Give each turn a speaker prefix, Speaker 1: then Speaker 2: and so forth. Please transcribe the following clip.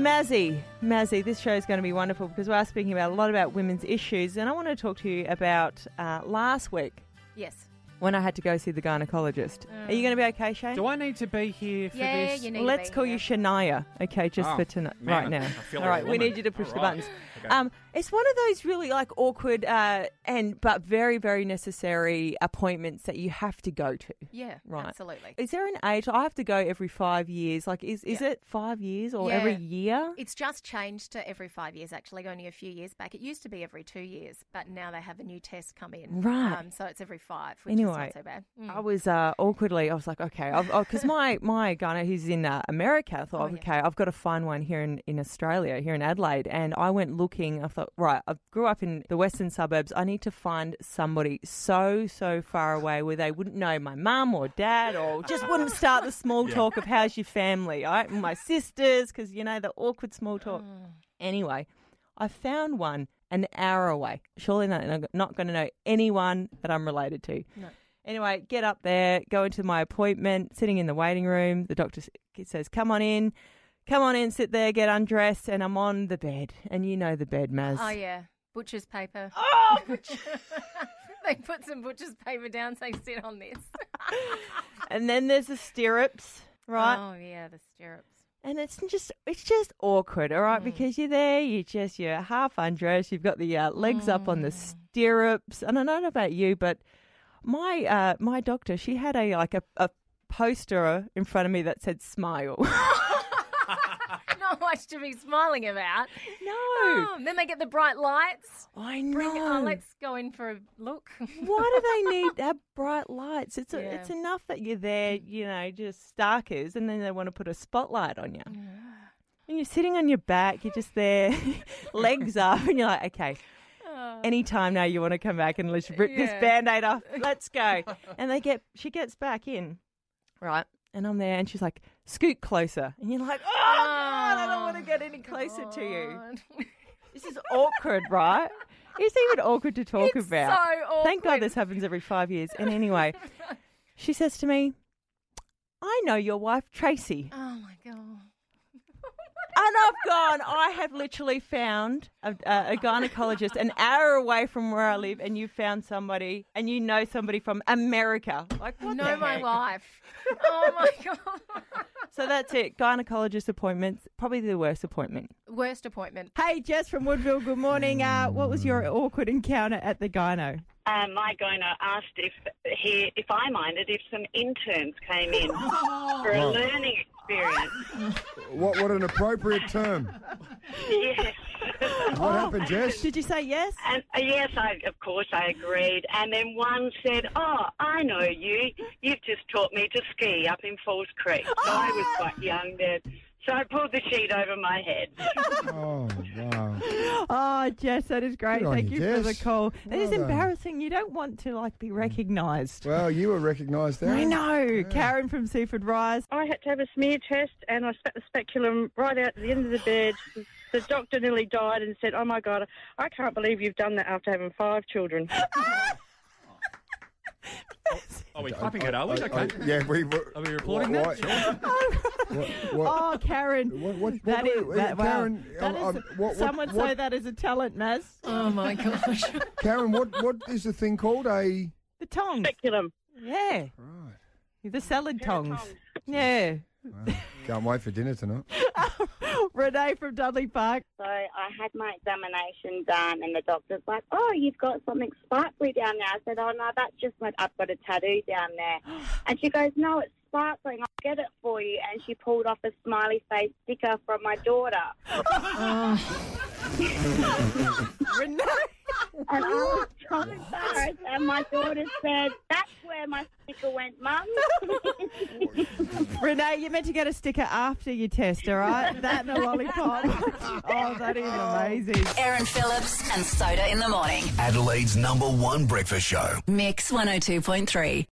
Speaker 1: Mazzy, Mazzy, this show is going to be wonderful because we are speaking about a lot about women's issues, and I want to talk to you about uh, last week
Speaker 2: Yes.
Speaker 1: when I had to go see the gynecologist. Are you going to be okay, Shane?
Speaker 3: Do I need to be here for
Speaker 2: Yeah,
Speaker 3: this?
Speaker 2: you Mm. need
Speaker 1: Let's
Speaker 2: to be
Speaker 1: call
Speaker 2: here.
Speaker 1: you Shania, okay, just
Speaker 3: Oh,
Speaker 1: for tonight,
Speaker 3: man,
Speaker 1: right
Speaker 3: I-
Speaker 1: now.
Speaker 3: I feel
Speaker 1: All
Speaker 3: like
Speaker 1: right,
Speaker 3: a
Speaker 1: we
Speaker 3: woman.
Speaker 1: need you to push
Speaker 3: All
Speaker 1: the
Speaker 3: right.
Speaker 1: buttons.
Speaker 3: Okay.
Speaker 1: Um, it's one of those really like awkward uh, and but very very necessary appointments that you have to go to.
Speaker 2: Yeah,
Speaker 1: Right.
Speaker 2: absolutely.
Speaker 1: Is there an age? I have to go every five years. Like, is is
Speaker 2: Yeah.
Speaker 1: it five years or every
Speaker 2: Yeah.
Speaker 1: year?
Speaker 2: It's just changed to every five years, actually, only a few years back. It used to be every two years, but now they have a new test come in.
Speaker 1: Right.
Speaker 2: Um, so it's every five, which
Speaker 1: Anyway,
Speaker 2: is not so bad. Mm.
Speaker 1: I was uh, awkwardly. I was like, okay, because my my guy who's in uh, America, I thought,
Speaker 2: Oh, yeah.
Speaker 1: okay, I've got to find one here in, in Australia, here in Adelaide, and I went looking. I thought, right, I grew up in the western suburbs. I need to find somebody so so far away where they wouldn't know my mum or dad, or just wouldn't start the small talk of how's your family, all right, and my sisters, because you know the awkward small talk.
Speaker 2: Mm.
Speaker 1: Anyway, I found one an hour away. Surely not, I'm not going to know anyone that I'm related to.
Speaker 2: No.
Speaker 1: Anyway, get up there, go into my appointment, sitting in the waiting room. The doctor s- says, Come on in, come on in, sit there, get undressed. And I'm on the bed. And you know the bed, Maz.
Speaker 2: Oh, yeah. Butcher's paper. Oh, they put some butcher's paper down saying, sit on this.
Speaker 1: And then there's the stirrups, right?
Speaker 2: Oh, yeah, the stirrups.
Speaker 1: And it's just it's just awkward, all
Speaker 2: Mm.
Speaker 1: right? Because you're there, you just you're half undressed, you've got the uh, legs up on the
Speaker 2: Mm.
Speaker 1: stirrups, and I don't know about you, but my uh, my doctor, she had a like a, a poster in front of me that said smile. no,
Speaker 2: Not much to be smiling about. Oh, then they get the bright lights.
Speaker 1: I
Speaker 2: Bring,
Speaker 1: know.
Speaker 2: oh, let's go in for a look.
Speaker 1: Why do they need that bright lights? It's
Speaker 2: Yeah. Mm.
Speaker 1: it's enough that you're there, you know, just starkers, and then they want to put a spotlight on you. And you're sitting on your back, you're just there, legs up, and you're like, okay,
Speaker 2: Oh,
Speaker 1: any time now you want to come back and let's rip
Speaker 2: Yeah.
Speaker 1: this band aid off, let's go. and they get, she gets back in, right? And I'm there, and she's like, scoot closer. And you're like, oh, God, I
Speaker 2: Ah.
Speaker 1: don't want to get any closer to you.
Speaker 2: you.
Speaker 1: This is awkward, right? It's even awkward to talk
Speaker 2: It's
Speaker 1: about.
Speaker 2: so
Speaker 1: Thank God
Speaker 2: awkward.
Speaker 1: this happens every five years. And anyway, she says to me, I know your wife, Tracy.
Speaker 2: Oh my god.
Speaker 1: And I've gone, I have literally found a, a, a gynecologist an hour away from where I live, and you found somebody, and you know somebody from America. Like, what
Speaker 2: know
Speaker 1: the
Speaker 2: my
Speaker 1: heck?
Speaker 2: wife. Oh my god.
Speaker 1: So that's it. Gynecologist appointments, probably the worst appointment.
Speaker 2: Worst appointment.
Speaker 1: Hey, Jess from Woodville, good morning. Uh, what was your awkward encounter at the gyno?
Speaker 4: Uh, my goner asked if he, if I minded if some interns came in for a learning experience.
Speaker 5: What, what an appropriate term.
Speaker 4: yes.
Speaker 5: What happened, Jess?
Speaker 1: Did you say yes?
Speaker 4: And uh, yes, I, of course I agreed. And then one said, "Oh, I know you. You've just taught me to ski up in Falls Creek." So I was quite young then. So I pulled the sheet over my head.
Speaker 5: Oh, wow.
Speaker 1: Oh, Jess, that is great.
Speaker 5: Good on
Speaker 1: Thank you
Speaker 5: you,
Speaker 1: for the
Speaker 5: Jess.
Speaker 1: call. That is
Speaker 5: Well done. Mm.
Speaker 1: embarrassing. You don't want to like be recognised.
Speaker 5: Well, you were recognised there.
Speaker 1: I know. Karen from Seaford Rise.
Speaker 6: I had to have a smear test and I spat the speculum right out to the end of the bed. The doctor nearly died and said, Oh my God, I can't believe you've done that after having five children.
Speaker 3: Are we clapping it? Are we? Okay.
Speaker 5: Oh, yeah, we were.
Speaker 3: Are we reporting
Speaker 5: Why-
Speaker 3: that? Sure.
Speaker 5: What, what,
Speaker 1: Oh, Karen.
Speaker 5: what, what,
Speaker 1: That
Speaker 5: what-
Speaker 1: is
Speaker 5: what-
Speaker 1: that, wow.
Speaker 5: Karen,
Speaker 1: That is-
Speaker 5: um, um, what, what,
Speaker 1: someone
Speaker 5: what,
Speaker 1: say that is a talent, Maz.
Speaker 2: Oh my gosh.
Speaker 5: Karen, what, what is the thing called? A.
Speaker 1: The tongs.
Speaker 6: Speculum.
Speaker 1: Yeah.
Speaker 5: Right.
Speaker 1: The salad tongs. Yeah.
Speaker 5: Can't wait for dinner tonight.
Speaker 1: Renee from Dudley Park.
Speaker 7: So I had my examination done, and the doctor's like, "Oh, you've got something sparkly down there." I said, "Oh no, that's just my I've got a tattoo down there." And she goes, "No, it's sparkling. I'll get it for you." And she pulled off a smiley face sticker from my daughter,
Speaker 1: Renee.
Speaker 7: and I was so embarrassed. And my daughter said, "That's where my sticker went, Mum."
Speaker 1: Renee, you meant to get a sticker after your test, all right? That and a lollipop. oh, that is amazing.
Speaker 8: Aaron Phillips and Soda in the morning. oh
Speaker 9: Adelaide's number one breakfast show.
Speaker 8: Mix 102.3.